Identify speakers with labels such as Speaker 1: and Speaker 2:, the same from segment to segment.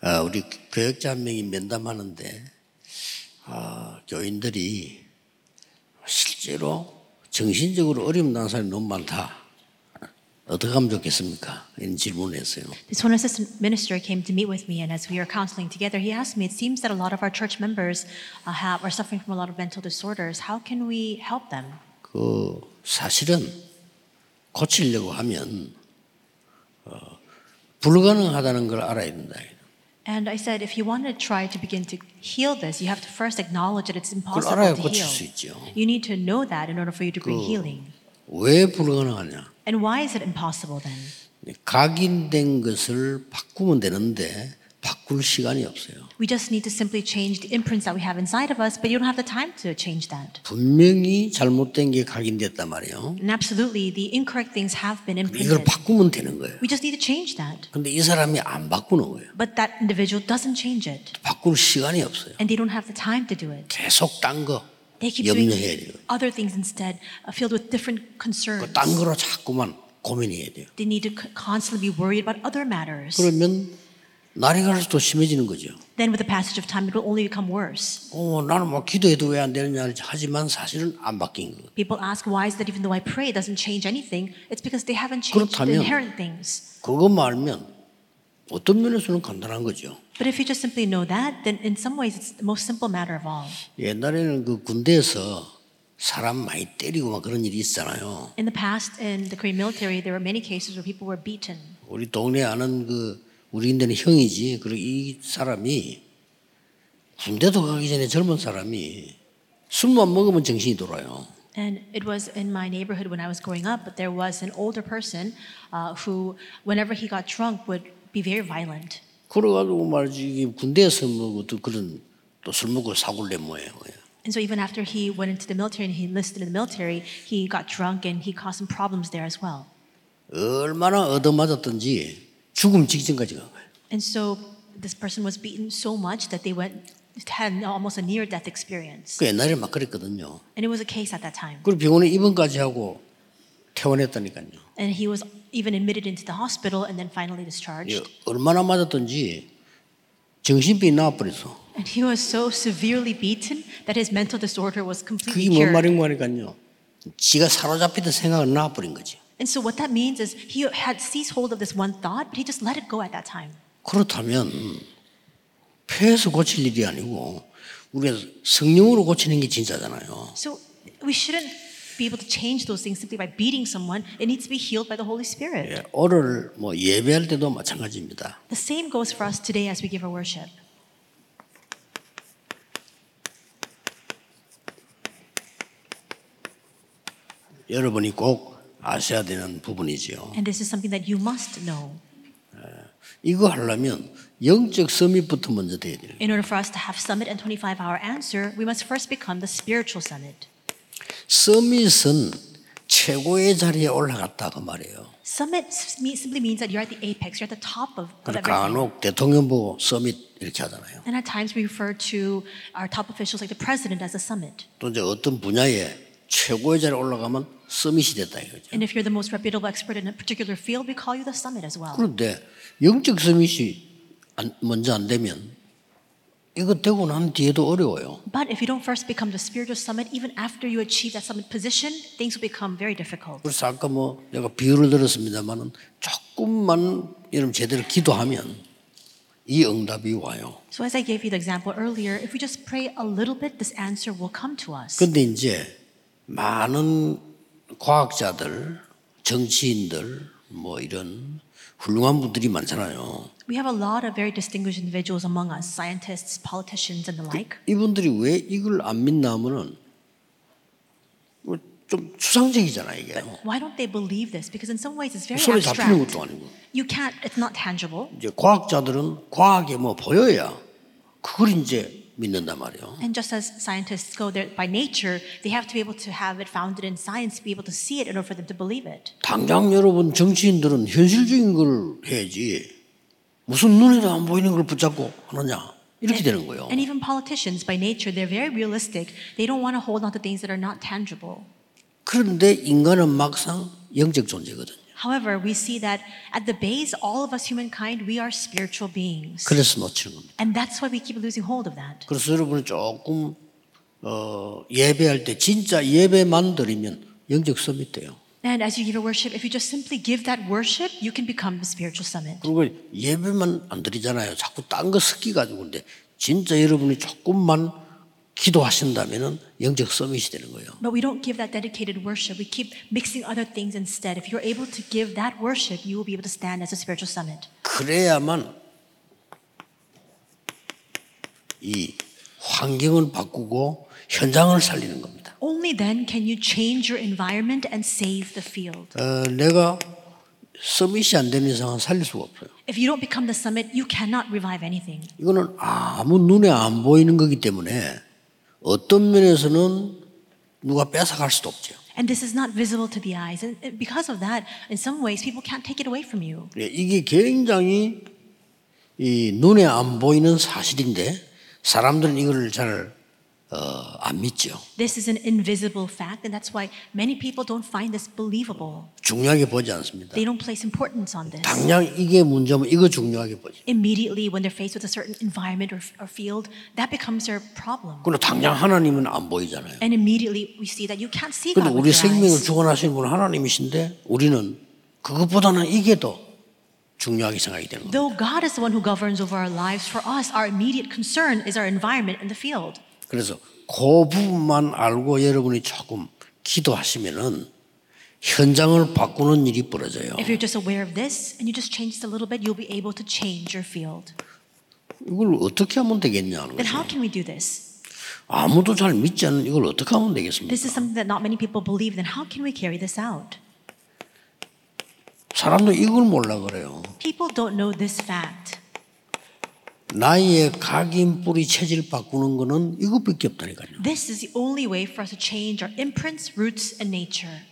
Speaker 1: 아, 우리 교역자 한 명이 면담하는데 아, 교인들이 실제로 정신적으로 어려움 당한 사람이 너무 많다. 어떻게 하면 좋겠습니까? 이런 질문을 했어요.
Speaker 2: This one assistant minister came to meet with me, and as we were counseling together, he asked me, It seems that a lot of our church members uh, have, are suffering from a lot of mental disorders. How can we help them?
Speaker 1: 그 사실은 고치려고 하면 어, 불가능하다는 걸 알아야 된다.
Speaker 2: And I said, If you want to try to begin to heal this, you have to first acknowledge that it's
Speaker 1: 그걸
Speaker 2: impossible
Speaker 1: 알아야
Speaker 2: to
Speaker 1: 고칠 수
Speaker 2: heal.
Speaker 1: 있죠.
Speaker 2: You need to know that in order for you to bring healing.
Speaker 1: 왜 불가능하냐?
Speaker 2: And why is it impossible then?
Speaker 1: 각인된 것을 바꾸면 되는데 바꿀 시간이 없어요.
Speaker 2: We just need to simply change the imprints that we have inside of us, but you don't have the time to change that.
Speaker 1: 분명히 잘못된 게 각인됐단 말이에요.
Speaker 2: And absolutely, the incorrect things have been
Speaker 1: 이걸
Speaker 2: imprinted.
Speaker 1: 바꾸면 되는 거예요.
Speaker 2: We just need to change that.
Speaker 1: 근데 이 사람이 안 바꾸는 거예요.
Speaker 2: But that individual doesn't change it,
Speaker 1: 바꿀 시간이 없어요.
Speaker 2: and they don't have the time to do it.
Speaker 1: 계속 딴 거,
Speaker 2: They keep
Speaker 1: 염려해야 돼요.
Speaker 2: doing other things instead, uh, filled with different concerns.
Speaker 1: 그딴 거로 자꾸만 고민해야 돼요.
Speaker 2: They need to c- constantly be worried about other matters.
Speaker 1: 그러면 날이 갈수록 더 심해지는 거죠.
Speaker 2: Then, with the passage of time, it will only become worse.
Speaker 1: 어, 나는 뭐 기도해도 왜 안 되느냐 하지만 사실은 안 바뀐 거예요.
Speaker 2: People ask, why is that even though I pray, it doesn't change anything? It's because they haven't changed the
Speaker 1: 그렇다면-
Speaker 2: inherent things.
Speaker 1: 그것만 알면 어떤 면에서는 간단한 거죠.
Speaker 2: But if you just simply know that, then in some ways, it's the most simple matter of all.
Speaker 1: 옛날에는 그 군대에서 사람 많이 때리고 막 그런 일이 있잖아요.
Speaker 2: In the past, in the Korean military, there were many cases where people were beaten.
Speaker 1: 우리 동네 아는 그 우리 인대는 형이지. 그리고 이 사람이 군대도 가기 전에 젊은 사람이 술만 먹으면 정신이 돌아요.
Speaker 2: And it was in my neighborhood when I was growing up, but there was an older person uh, who, whenever he got drunk, would be very violent.
Speaker 1: 그래가지고 말이지 이게 군대에서 먹고 또 그런 또 술 먹고 사골 내 뭐예요.
Speaker 2: And so, even after he went into the military and he enlisted in the military, he got drunk and he caused some problems there as well.
Speaker 1: 얼마나 얻어맞았던지 죽음 직전까지 간 거예요.
Speaker 2: And so, this person was beaten so much that they went had almost a near death experience.
Speaker 1: 그 옛날에 막 그랬거든요.
Speaker 2: And it was a case at that time.
Speaker 1: 그리고 병원에 입원까지 하고 퇴원했다니까요.
Speaker 2: And he was even admitted into the hospital and then finally discharged.
Speaker 1: 예, 얼마나 맞았던지 정신병이 나와버렸어.
Speaker 2: And he was so severely beaten that his mental disorder was
Speaker 1: 그게
Speaker 2: completely
Speaker 1: 뭔
Speaker 2: cured.
Speaker 1: 말인가 하니까요. 지가 사로잡히던 생각은 나와버린 거지.
Speaker 2: And so what that means is he had seized hold of this one thought, but he just let it go at that time.
Speaker 1: 그렇다면 폐에서 고칠 일이 아니고 우리가 성령으로 고치는 게 진짜잖아요.
Speaker 2: So we shouldn't be able to change those things simply by beating someone. It needs to be healed by the Holy Spirit.
Speaker 1: 예, 오늘 뭐 예배할 때도 마찬가지입니다.
Speaker 2: The same goes for us today as we give our worship.
Speaker 1: 여러분이 꼭 아셔야 되는 부분이지요.
Speaker 2: And this is something that you must know.
Speaker 1: 이거 하려면 영적 서밋부터 먼저 돼야 돼요.
Speaker 2: In order for us to have Summit and 25 Hour Answer, we must first become the spiritual summit.
Speaker 1: 서밋은 최고의 자리에 올라갔다 그 말이에요.
Speaker 2: Summit s- mean- simply means that you're at the apex, you're at the top of, of
Speaker 1: 그러니까
Speaker 2: everything.
Speaker 1: 간혹 대통령 보고 서밋 이렇게 하잖아요.
Speaker 2: And at times we refer to our top officials, like the president, as a summit.
Speaker 1: 또 이제 어떤 분야에 최고의 자리에 올라가면 서밋이 됐다 이거죠.
Speaker 2: And if you're the most reputable expert in a particular field, we call you the summit as well.
Speaker 1: 그런데 영적 서밋이 안- 먼저 안 되면 이거 되고 난 뒤에도 어려워요.
Speaker 2: But if you don't first become the spiritual summit, even after you achieve that summit position, things will become very difficult.
Speaker 1: 그래서 아까 뭐 내가 비유를 들었습니다만은 조금만 여러분 제대로 기도하면 이 응답이 와요.
Speaker 2: So, as I gave you the example earlier, if we just pray a little bit, this answer will come to us.
Speaker 1: 근데 이제 많은 과학자들, 정치인들 뭐 이런 훌륭한 분들이 많잖아요.
Speaker 2: We have a lot of very distinguished individuals among us scientists, politicians, and the like.
Speaker 1: 이분들이 왜 이걸 안 믿나 하면은 뭐좀 추상적이잖아 이게.
Speaker 2: Why don't they believe this? Because in some ways it's very
Speaker 1: 손에 잡히는
Speaker 2: abstract.
Speaker 1: 것도 아니고.
Speaker 2: You can't, it's not tangible.
Speaker 1: 이제 과학자들은 과학에 뭐 보여야 그걸 이제 믿는단 말이에요.
Speaker 2: And just as scientists go there by nature, they have to be able to have it founded in science to be able to see it in order for them to believe it.
Speaker 1: 당장 여러분 정치인들은 현실적인 걸 해야지 무슨 눈에도 안 보이는 걸 붙잡고 하느냐 이렇게 되는 거예요.
Speaker 2: And even politicians, by nature, they're very realistic. They don't want to hold on to things that are not tangible.
Speaker 1: 그런데 인간은 막상 영적 존재거든요.
Speaker 2: However, we see that at the base, all of us humankind, we are spiritual beings.
Speaker 1: 그래서 놓치는 겁니다.
Speaker 2: And that's why we keep losing hold of that.
Speaker 1: 그래서 여러분이 조금 어, 예배할 때 진짜 예배만 드리면 영적 섬이 돼요.
Speaker 2: And as you give your worship, if you just simply give that worship, you can become a spiritual summit.
Speaker 1: 그리고 예배만 안 드리잖아요. 자꾸 딴 거 섞이 가지고 근데 진짜 여러분이 조금만 기도하신다면은 영적 서밋이 되는 거예요.
Speaker 2: But we don't give that dedicated worship. We keep mixing other things instead. If you're able to give that worship, you will be able to stand as a spiritual summit.
Speaker 1: 그래야만 이 환경을 바꾸고 현장을 살리는 겁니다.
Speaker 2: Only then can you change your environment and save the field.
Speaker 1: 어, 내가 서밋이 안 되는 이상은 살릴 수가 없어요.
Speaker 2: If you don't become the summit, you cannot revive anything.
Speaker 1: 이거는 아무 눈에 안 보이는 거기 때문에 어떤 면에서는 누가 뺏어갈 수도 없죠.
Speaker 2: And this is not visible to the eyes. And uh, because of that, in some ways, people can't take it away from you.
Speaker 1: 예, 이게 굉장히 이 눈에 안 보이는 사실인데 사람들은 이걸 잘 어, 안 믿죠.
Speaker 2: This is an invisible fact, and that's why many people don't find this believable.
Speaker 1: 중요하게 보지 않습니다.
Speaker 2: They don't place importance on this.
Speaker 1: 당장 이게 문제면 이거 중요하게 보죠.
Speaker 2: Immediately, when they're faced with a certain environment or, or field, that becomes their problem.
Speaker 1: 그러나 당장 하나님은 안 보이잖아요.
Speaker 2: And immediately, we see that you can't see
Speaker 1: 근데
Speaker 2: God
Speaker 1: 우리
Speaker 2: with your
Speaker 1: 생명을
Speaker 2: eyes.
Speaker 1: 주관하시는 분은 하나님이신데 우리는 그것보다는 이게 더 중요하게 생각이 되는 거예요.
Speaker 2: Though God is the one who governs over our lives, for us, our immediate concern is our environment and the field.
Speaker 1: 그래서 그 부분만 알고 여러분이 조금 기도하시면은 현장을 바꾸는 일이 벌어져요.
Speaker 2: If you're just aware of this and you just change this a little bit, you'll be able to change your field.
Speaker 1: 이걸 어떻게 하면 되겠냐는
Speaker 2: Then
Speaker 1: 거죠.
Speaker 2: how can we do this?
Speaker 1: 아무도 잘 믿지 않는 이걸 어떻게 하면 되겠습니까?
Speaker 2: This is something that not many people believe. Then how can we carry this out?
Speaker 1: 사람도 이걸 몰라 그래요.
Speaker 2: People don't know this fact.
Speaker 1: 나의 각인 뿌리 체질 바꾸는 거는 이것밖에 없다니까요.
Speaker 2: This is the only way for us to change our imprints, roots, and nature.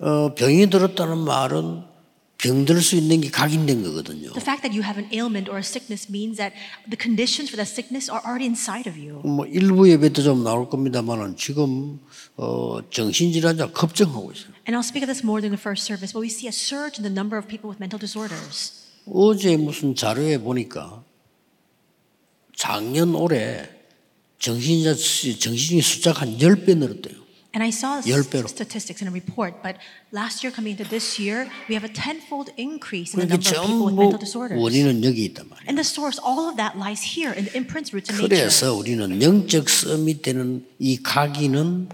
Speaker 1: 어, 병이 들었다는 말은 병들 수 있는 게 각인된 거거든요.
Speaker 2: The fact that you have an ailment or a sickness means that the conditions for that sickness are already inside of you.
Speaker 1: 뭐 일부 예배 때좀 나올 겁니다만은 지금 어, 정신질환자 급증하고 있어요.
Speaker 2: And I'll speak of this more during the first service, but we see a surge in the number of people with mental disorders.
Speaker 1: 어제 무슨 자료에 보니까 작년 올해 정신자 정신이 숫자가 한 10배 늘었대요.
Speaker 2: And I saw
Speaker 1: 열 배로.
Speaker 2: statistics in a report, but last year coming into this year, we have a tenfold increase in the
Speaker 1: 그러니까
Speaker 2: number of people with
Speaker 1: 전부
Speaker 2: mental disorders.
Speaker 1: 원인은 여기 있단 말이에요.
Speaker 2: And the source, all of that lies here in the imprints, roots, and nature.
Speaker 1: 그래서 우리는 영적 썸이 되는 이 각인은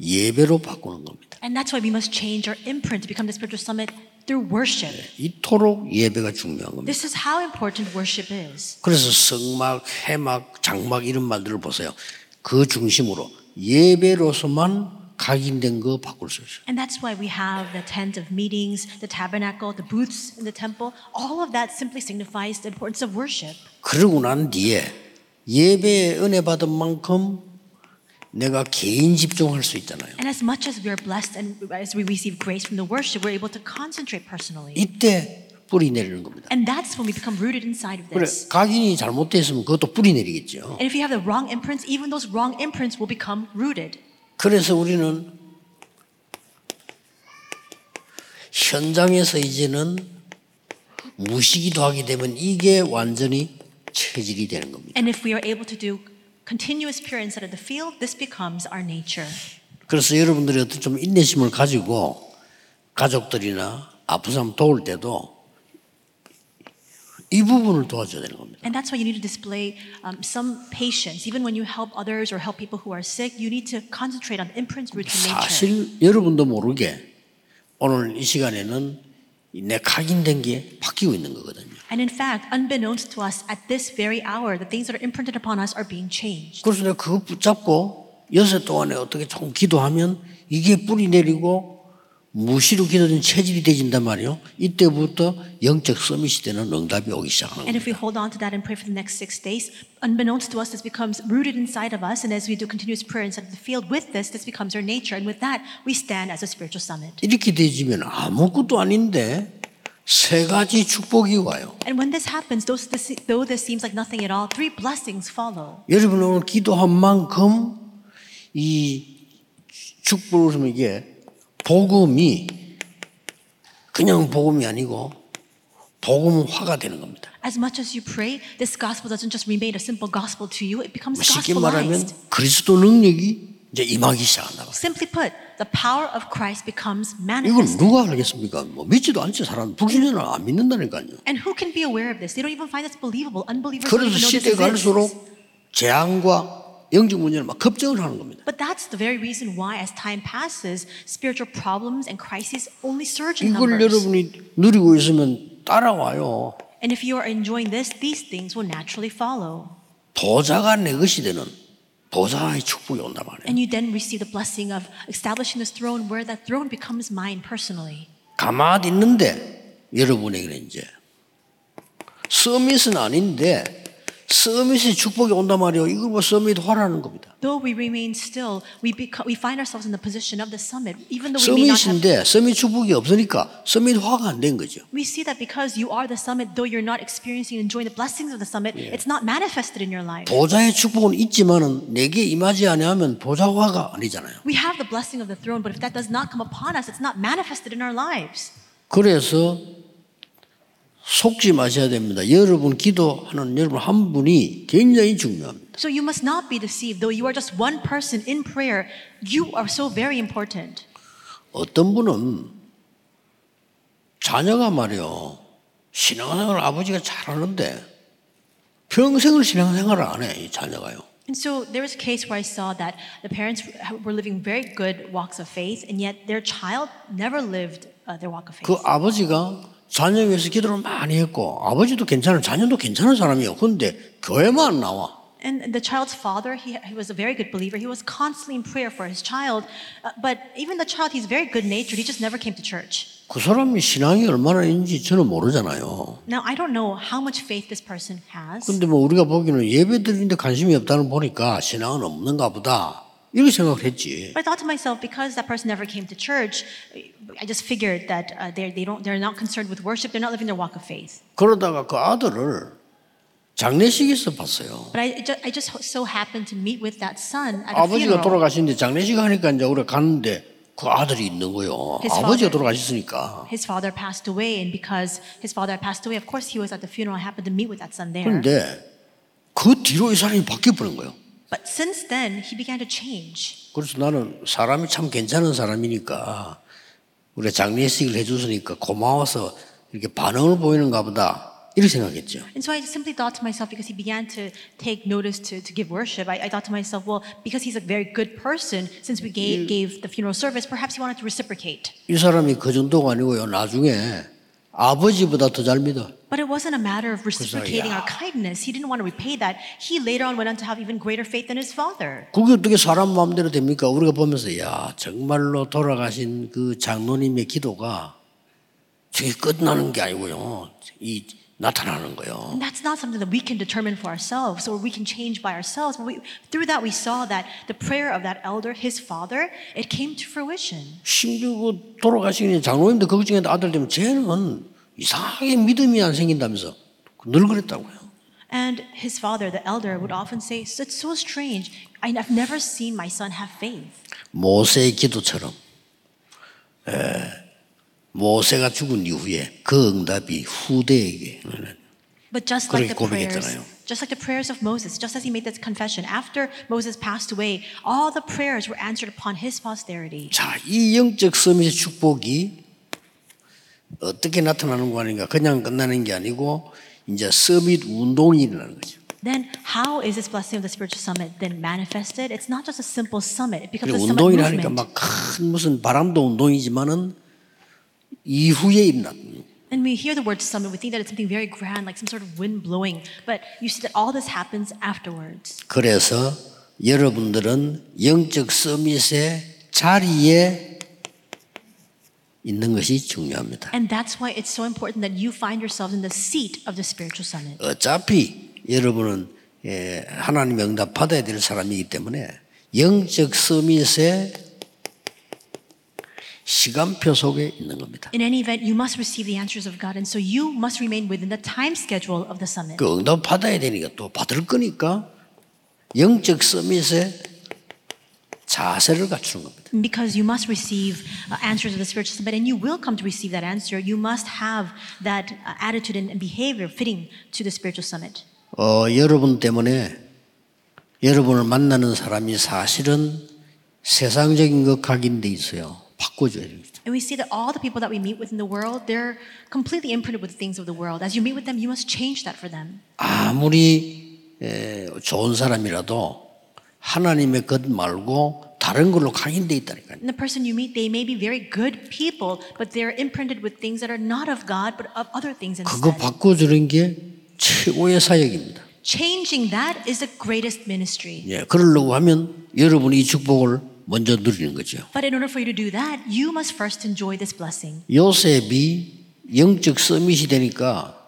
Speaker 1: 예배로 바꾸는 겁니다.
Speaker 2: And that's why we must change our imprint to become the spiritual summit through worship.
Speaker 1: 이토록 예배가 중요한 겁니다.
Speaker 2: This is how important worship is.
Speaker 1: 그래서 성막, 해막, 장막 이런 말들을 보세요. 그 중심으로 예배로서만 각인된 거 바꿀 수 있어요.
Speaker 2: And that's why we have the tent of meetings, the tabernacle, the booths in the temple. All of that simply signifies the importance of worship.
Speaker 1: 그러고 난 뒤에 예배에 은혜 받은 만큼 내가 개인 집중할 수 있잖아요.
Speaker 2: And as much as we are blessed and as we receive grace from the worship, we're able to concentrate personally.
Speaker 1: 이때 뿌리 내리는 겁니다.
Speaker 2: And that's when we become rooted inside of
Speaker 1: 그래
Speaker 2: this.
Speaker 1: 각인이 잘못돼 있으면 그것도 뿌리 내리겠죠.
Speaker 2: And if you have the wrong imprints, even those wrong imprints will become rooted.
Speaker 1: 그래서 우리는 현장에서 이제는 무시기도 하게 되면 이게 완전히 체질이 되는 겁니다.
Speaker 2: And if we are able to do continuous prayer inside of the field, this becomes our nature.
Speaker 1: 그래서 여러분들이 어떤 좀 인내심을 가지고 가족들이나 아픈 사람 도울 때도 이 부분을 도와줘야 되는 겁니다.
Speaker 2: And that's why you need to display um, some patience. Even when you help others or help people who are sick, you need to concentrate on imprints, roots, and nature.
Speaker 1: 사실 여러분도 모르게 오늘 이 시간에는 내 각인된 게 바뀌고 있는 거거든요.
Speaker 2: And in fact, unbeknownst to us at this very hour, the things that are imprinted upon us are being changed.
Speaker 1: 그래서 내가 그거 붙잡고 여섯 동안에 어떻게 조금 기도하면 이게 뿌리 내리고 무시로 기도된 체질이 되진단 말이에요. 이때부터 영적 서밋이 되는 응답이 오기 시작하는 거예요.
Speaker 2: And if we hold on to that and pray for the next six days, unbeknownst to us, this becomes rooted inside of us. And as we do continuous prayer inside of the field with this, this becomes our nature. And with that, we stand as a spiritual summit.
Speaker 1: 이렇게 되지면 아무것도 아닌데 세 가지 축복이 와요.
Speaker 2: And when this happens, those, this, though this seems like nothing at all, three blessings follow.
Speaker 1: 여러분 오늘 기도한 만큼 이 축복을 하면 이게 복음이 그냥 복음이 아니고 복음화가 되는 겁니다.
Speaker 2: As much as you pray, this gospel doesn't just remain a simple gospel to you, it becomes
Speaker 1: 쉽게
Speaker 2: gospelized.
Speaker 1: 말하면 그리스도 능력이 이제 임하기 시작한다.
Speaker 2: Simply put, the power of Christ becomes
Speaker 1: 이걸
Speaker 2: manifest.
Speaker 1: 누가 알겠습니까? 뭐 믿지도 않지 사람 북신은 안 믿는다니까요.
Speaker 2: And who can be aware of this? They don't even find this believable. Unbelievers don't
Speaker 1: 그래서
Speaker 2: even know this
Speaker 1: 시대
Speaker 2: exists.
Speaker 1: 갈수록 재앙과 영적 문제를 막 급증을 하는 겁니다.
Speaker 2: But that's the very reason why, as time passes, spiritual problems and crises only surge in
Speaker 1: 이걸
Speaker 2: numbers.
Speaker 1: 여러분이 누리고 있으면 따라와요.
Speaker 2: And if you are enjoying this, these things will naturally follow.
Speaker 1: 보좌가 내 것이 되는 보좌의 축복이 온단 말이에요.
Speaker 2: And you then receive the blessing of establishing this throne where that throne becomes mine personally.
Speaker 1: 가만히 있는데 여러분에게 이제 서밋은 아닌데 서밋의 축복이 온단 말이에요. 이걸 뭐 서밋 화라는 겁니다.
Speaker 2: Though we remain still, we, become, we find ourselves in the position of the summit, even though we may not
Speaker 1: 서밋인데
Speaker 2: have.
Speaker 1: 서밋 축복이 없으니까 서밋 화가 안 된 거죠.
Speaker 2: We see that because you are the summit, though you're not experiencing and enjoying the blessings of the summit, it's not manifested in your life.
Speaker 1: 보좌의 축복은 있지만은 내게 임하지 아니하면 보좌화가 아니잖아요.
Speaker 2: We have the blessing of the throne, but if that does not come upon us, it's not manifested in our lives.
Speaker 1: 그래서 속지 마셔야 됩니다. 여러분 기도하는 여러분 한 분이 굉장히 중요합니다.
Speaker 2: So you must not be deceived. Though you are just one person in prayer, you are so very important.
Speaker 1: 어떤 분은 자녀가 말이요 신앙생활 아버지가 잘하는데 평생을 신앙생활을 안 해 이 자녀가요.
Speaker 2: And so there was a case where I saw that the parents were living very good walks of faith, and yet their child never lived uh, their walk of faith.
Speaker 1: 그 아버지가 자녀 위해서 기도를 많이 했고 아버지도 괜찮은 자녀도 괜찮은 사람이에요. 그런데 교회만 안 나와.
Speaker 2: And the child's father, he, he was a very good believer. He was constantly in prayer for his child. Uh, but even the child, he's very good natured. He just never came to church.
Speaker 1: 그 사람이 신앙이 얼마나 있는지 저는 모르잖아요.
Speaker 2: Now, I don't know how much faith this person has.
Speaker 1: 근데 뭐 우리가 보기에는 예배 드리는데 관심이 없다는 거 보니까 신앙은 없는가 보다. 이렇게 생각을 했지.
Speaker 2: But I thought to myself, because that person never came to church, I just figured that uh, they're, they don't, they're not concerned with worship. They're not living their walk of faith.
Speaker 1: 그러다가 그 아들을 장례식에서 봤어요.
Speaker 2: But I, it ju- I just so happened to meet with that son at a
Speaker 1: 아버지가
Speaker 2: funeral.
Speaker 1: 돌아가시는데 장례식 하니까 이제 우리가 갔는데 그 아들이 있는 거요.
Speaker 2: His
Speaker 1: 아버지가
Speaker 2: father.
Speaker 1: 돌아가셨으니까.
Speaker 2: His father passed away, and because his father had passed away, of course he was at the funeral. I happened to meet with that son there.
Speaker 1: 그런데 그 뒤로 이 사람이 바뀌어 버린 거예요.
Speaker 2: But since then, he began to change.
Speaker 1: 그래서 나는 사람이 참 괜찮은 사람이니까 우리가 장례식을 해줬으니까 고마워서 이렇게 반응을 보이는가 보다. 이렇게 생각했죠.
Speaker 2: And so I simply thought to myself, because he began to take notice to, to give worship, I, I thought to myself, well, because he's a very good person, since we gave, gave the funeral service, perhaps he wanted to reciprocate.
Speaker 1: 이 사람이 그 정도가 아니고요. 나중에 아버지보다 더 잘 믿어.
Speaker 2: But it wasn't a matter of reciprocating our kindness. He didn't want to repay that. He later on went on to have even greater faith than his father.
Speaker 1: 그게 어떻게 사람 마음대로 됩니까? 우리가 보면서 야 정말로 돌아가신 그 장로님의 기도가 저게 끝나는 게 아니고요. 이 나타나는 거예요.
Speaker 2: And that's not something that we can determine for ourselves or we can change by ourselves. But we, through that, we saw that the prayer of that elder, his father, it came to fruition.
Speaker 1: 심지어 그 돌아가신 장로님도 그 중에 아들 되면 쟤는 이상하게 믿음이 안 생긴다면서 늘 그랬다고요.
Speaker 2: And his father, the elder, would often say, It's so strange. I- I've never seen my son have faith.
Speaker 1: 모세의 기도처럼 에, 고세가 죽은 이후에 그 응답이 후대에게
Speaker 2: But just like the
Speaker 1: 그렇게
Speaker 2: prayers,
Speaker 1: 고백했잖아요.
Speaker 2: just like the prayers of Moses, just as he made this confession, after Moses passed away, all the prayers were answered upon his posterity.
Speaker 1: 자, 이 영적 서밋의 축복이 어떻게 나타나는 거 아닌가? 그냥 끝나는 게 아니고 이제 서밋 운동이 일어나는 거죠.
Speaker 2: Then, how is this blessing of the spiritual summit then manifested? It's not just a simple summit, it becomes
Speaker 1: 그리고
Speaker 2: a summit
Speaker 1: 운동이라 하니까
Speaker 2: movement.
Speaker 1: 막 큰 무슨 바람도 운동이지만은 이후에 일어나.
Speaker 2: And we hear the word summit, we think that it's something very grand, like some sort of wind blowing. But you see that all this happens afterwards.
Speaker 1: 그래서 여러분들은 영적 서밋의 자리에 있는 것이 중요합니다.
Speaker 2: And that's why it's so important that you find yourselves in the seat of the spiritual summit.
Speaker 1: 어차피 여러분은 예, 하나님의 응답 받아야 될 사람이기 때문에 영적 서밋의 시간표 속에 있는 겁니다.
Speaker 2: In any event, you must receive the answers of God, and so you must remain within the time schedule of the summit.
Speaker 1: 그 응답 받아야 되니까 또 받을 거니까 영적 서밋의 자세를 갖추는 겁니다.
Speaker 2: Because you must receive uh, answers of the spiritual summit, and you will come to receive that answer. You must have that uh, attitude and and behavior fitting to the spiritual summit.
Speaker 1: 어, 여러분 때문에 여러분을 만나는 사람이 사실은 세상적인 것 각인돼 있어요. 바꿔줘야 됩니다.
Speaker 2: And we see that all the people that we meet with in the world, they're completely imprinted with the things of the world. As you meet with them, you must change that for them.
Speaker 1: 아무리 에, 좋은 사람이라도 하나님의 것 말고 다른 걸로 각인돼 있다니까요.
Speaker 2: And the person you meet, they may be very good people, but they're imprinted with things that are not of God, but of other things
Speaker 1: 그거
Speaker 2: instead.
Speaker 1: 바꿔주는 게 최고의 사역입니다.
Speaker 2: Changing that is the greatest ministry.
Speaker 1: 예, 그러려고 하면 여러분이 이 축복을 먼저 누리는 거죠.
Speaker 2: But in order for you to do that, you must first enjoy this blessing.
Speaker 1: 요셉이 영적 서밋이 되니까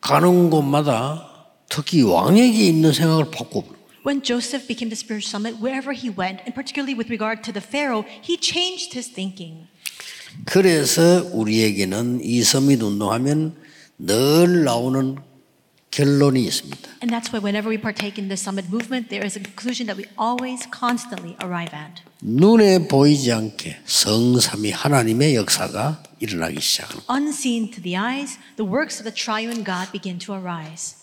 Speaker 1: 가는 곳마다 특히 왕에게 있는 생각을 바꿔버려.
Speaker 2: When Joseph became the spiritual summit, wherever he went, and particularly with regard to the Pharaoh, he changed his thinking.
Speaker 1: 그래서 우리에게는 이 서밋 운동하면 늘 나오는 결론이 있습니다.
Speaker 2: And that's why whenever we partake in the summit movement, there is a conclusion that we always constantly arrive at.
Speaker 1: 눈에 보이지 않게 성삼위 하나님의 역사가 일어나기 시작합니다.
Speaker 2: Unseen to the eyes, the works of the triune God begin to arise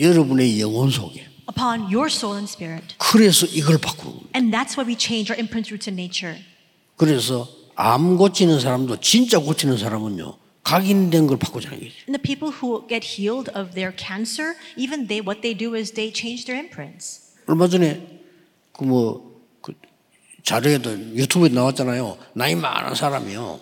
Speaker 1: 여러분의 영혼 속에.
Speaker 2: upon your soul and spirit.
Speaker 1: 그래서 이걸 바꾸는 겁니다.
Speaker 2: And that's why we change our imprint roots in nature.
Speaker 1: 그래서 암 고치는 사람도 진짜 고치는 사람은요 각인된 걸 바꾸자는 거죠.
Speaker 2: And the people who get healed of their cancer, even they, what they do is they change their imprints.
Speaker 1: 얼마 전에 그뭐 그 자료에도 유튜브에 나왔잖아요. 나이 많은 사람이요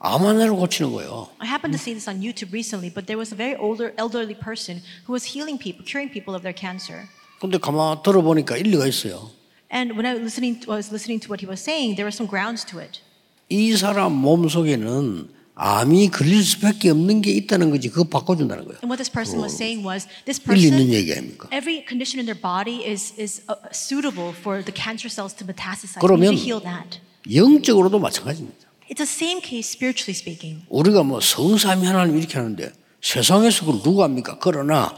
Speaker 1: 암 하나를 고치는 거예요.
Speaker 2: I happened to see this on YouTube recently, but there was a very older, elderly person who was healing people, curing people of their cancer.
Speaker 1: 근데 가만 들어보니까 일리가 있어요.
Speaker 2: And when I was listening, was listening to what he was saying, there were some grounds to it.
Speaker 1: 이 사람 몸 속에는 암이 걸릴 수밖에 없는 게 있다는 거지. 그거 바꿔준다는 거예요.
Speaker 2: And what this person was saying was this
Speaker 1: 일리 있는
Speaker 2: person,
Speaker 1: 얘기 아닙니까?
Speaker 2: every condition in their body is, is uh, suitable for the cancer cells to metastasize. We
Speaker 1: 그러면-
Speaker 2: need to heal that.
Speaker 1: 영적으로도 마찬가지입니다.
Speaker 2: It's the same case spiritually speaking.
Speaker 1: 우리가 뭐 성삼위 하나님 이렇게 하는데 세상에서 그걸 누구 합니까? 그러나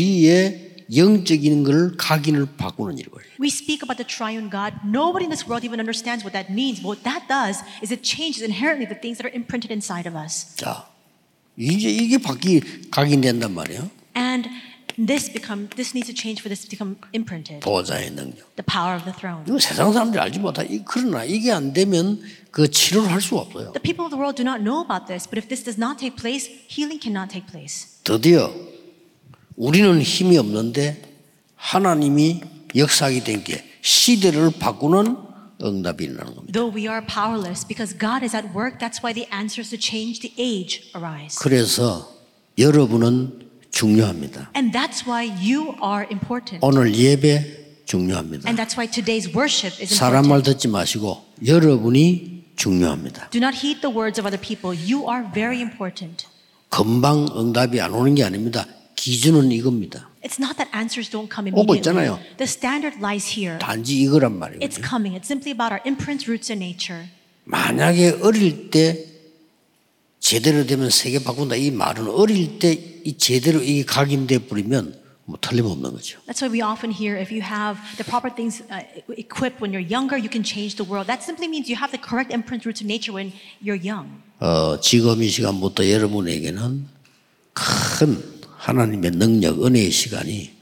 Speaker 1: 우리의 영적인 걸 각인을 바꾸는 일이에요.
Speaker 2: We speak about the triune God. Nobody in this world even understands what that means. But what that does is it changes inherently the things that are imprinted inside of us.
Speaker 1: 자, 이제 이게 바뀌 각인된단 말이에요.
Speaker 2: And this become this needs to change for this to become imprinted.
Speaker 1: 보호자의 능력.
Speaker 2: The power of the throne.
Speaker 1: 이거 세상 사람들이 알지 못하. 이- 그러나 이게 안 되면 그 치료를 할 수가 없어요.
Speaker 2: The people of the world do not know about this, but if this does not take place, healing cannot take place.
Speaker 1: 드디어 우리는 힘이 없는데 하나님이 역사하게 된 게 시대를 바꾸는 응답이 일어나는 겁니다.
Speaker 2: Though we are powerless, because God is at work, that's why the answers to change the age arise.
Speaker 1: 그래서 여러분은 중요합니다.
Speaker 2: And that's why you are important.
Speaker 1: 오늘 예배 중요합니다.
Speaker 2: And that's why today's worship is
Speaker 1: 사람
Speaker 2: important.
Speaker 1: 말 듣지 마시고 여러분이 중요합니다.
Speaker 2: Do not heed the words of other people. You are very important.
Speaker 1: 금방 응답이 안 오는 게 아닙니다. 기준은 이겁니다.
Speaker 2: It's not that answers don't come
Speaker 1: 오고
Speaker 2: immediately.
Speaker 1: 있잖아요.
Speaker 2: The standard lies here.
Speaker 1: 단지 이거란
Speaker 2: It's
Speaker 1: 말이거든요.
Speaker 2: coming. It's simply about our imprints, roots, and nature.
Speaker 1: 만약에 어릴 때 제대로 되면 세계 바꾼다 이 말은 어릴 때 이 제대로 이 각인돼 버리면 뭐 틀림없는 거죠.
Speaker 2: That's why we often hear if you have the proper things uh, equipped when you're younger, you can change the world. That simply means you have the correct imprint roots of nature when you're young.
Speaker 1: 어, 지금 이 시간부터 여러분에게는 큰 하나님의 능력, 은혜의 시간이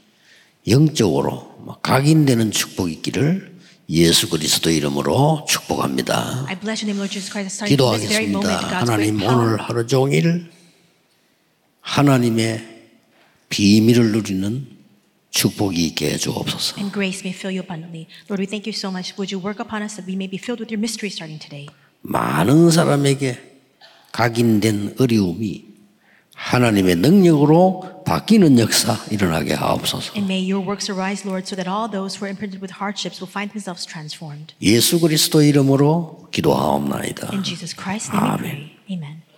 Speaker 1: 영적으로 막 각인되는 축복이 있기를 예수 그리스도 이름으로 축복합니다.
Speaker 2: I bless your name, Lord Jesus Christ. Starting from this
Speaker 1: 기도하겠습니다.
Speaker 2: very moment, God's great
Speaker 1: 하나님
Speaker 2: power.
Speaker 1: 오늘 하루 종일 하나님의 비밀을 누리는 축복이 있게 해주옵소서.
Speaker 2: And grace may fill you abundantly. Lord, we thank you so much. Would you work upon us that we may be filled with your mystery starting today?
Speaker 1: 많은 사람에게 각인된 어려움이 하나님의 능력으로 바뀌는 역사 일어나게 하옵소서.
Speaker 2: And may your works arise, Lord, so that all those who are imprinted with hardships will find themselves transformed.
Speaker 1: 예수 그리스도 이름으로 기도하옵나이다.
Speaker 2: In Jesus Christ's name we
Speaker 1: Amen.
Speaker 2: pray. Amen.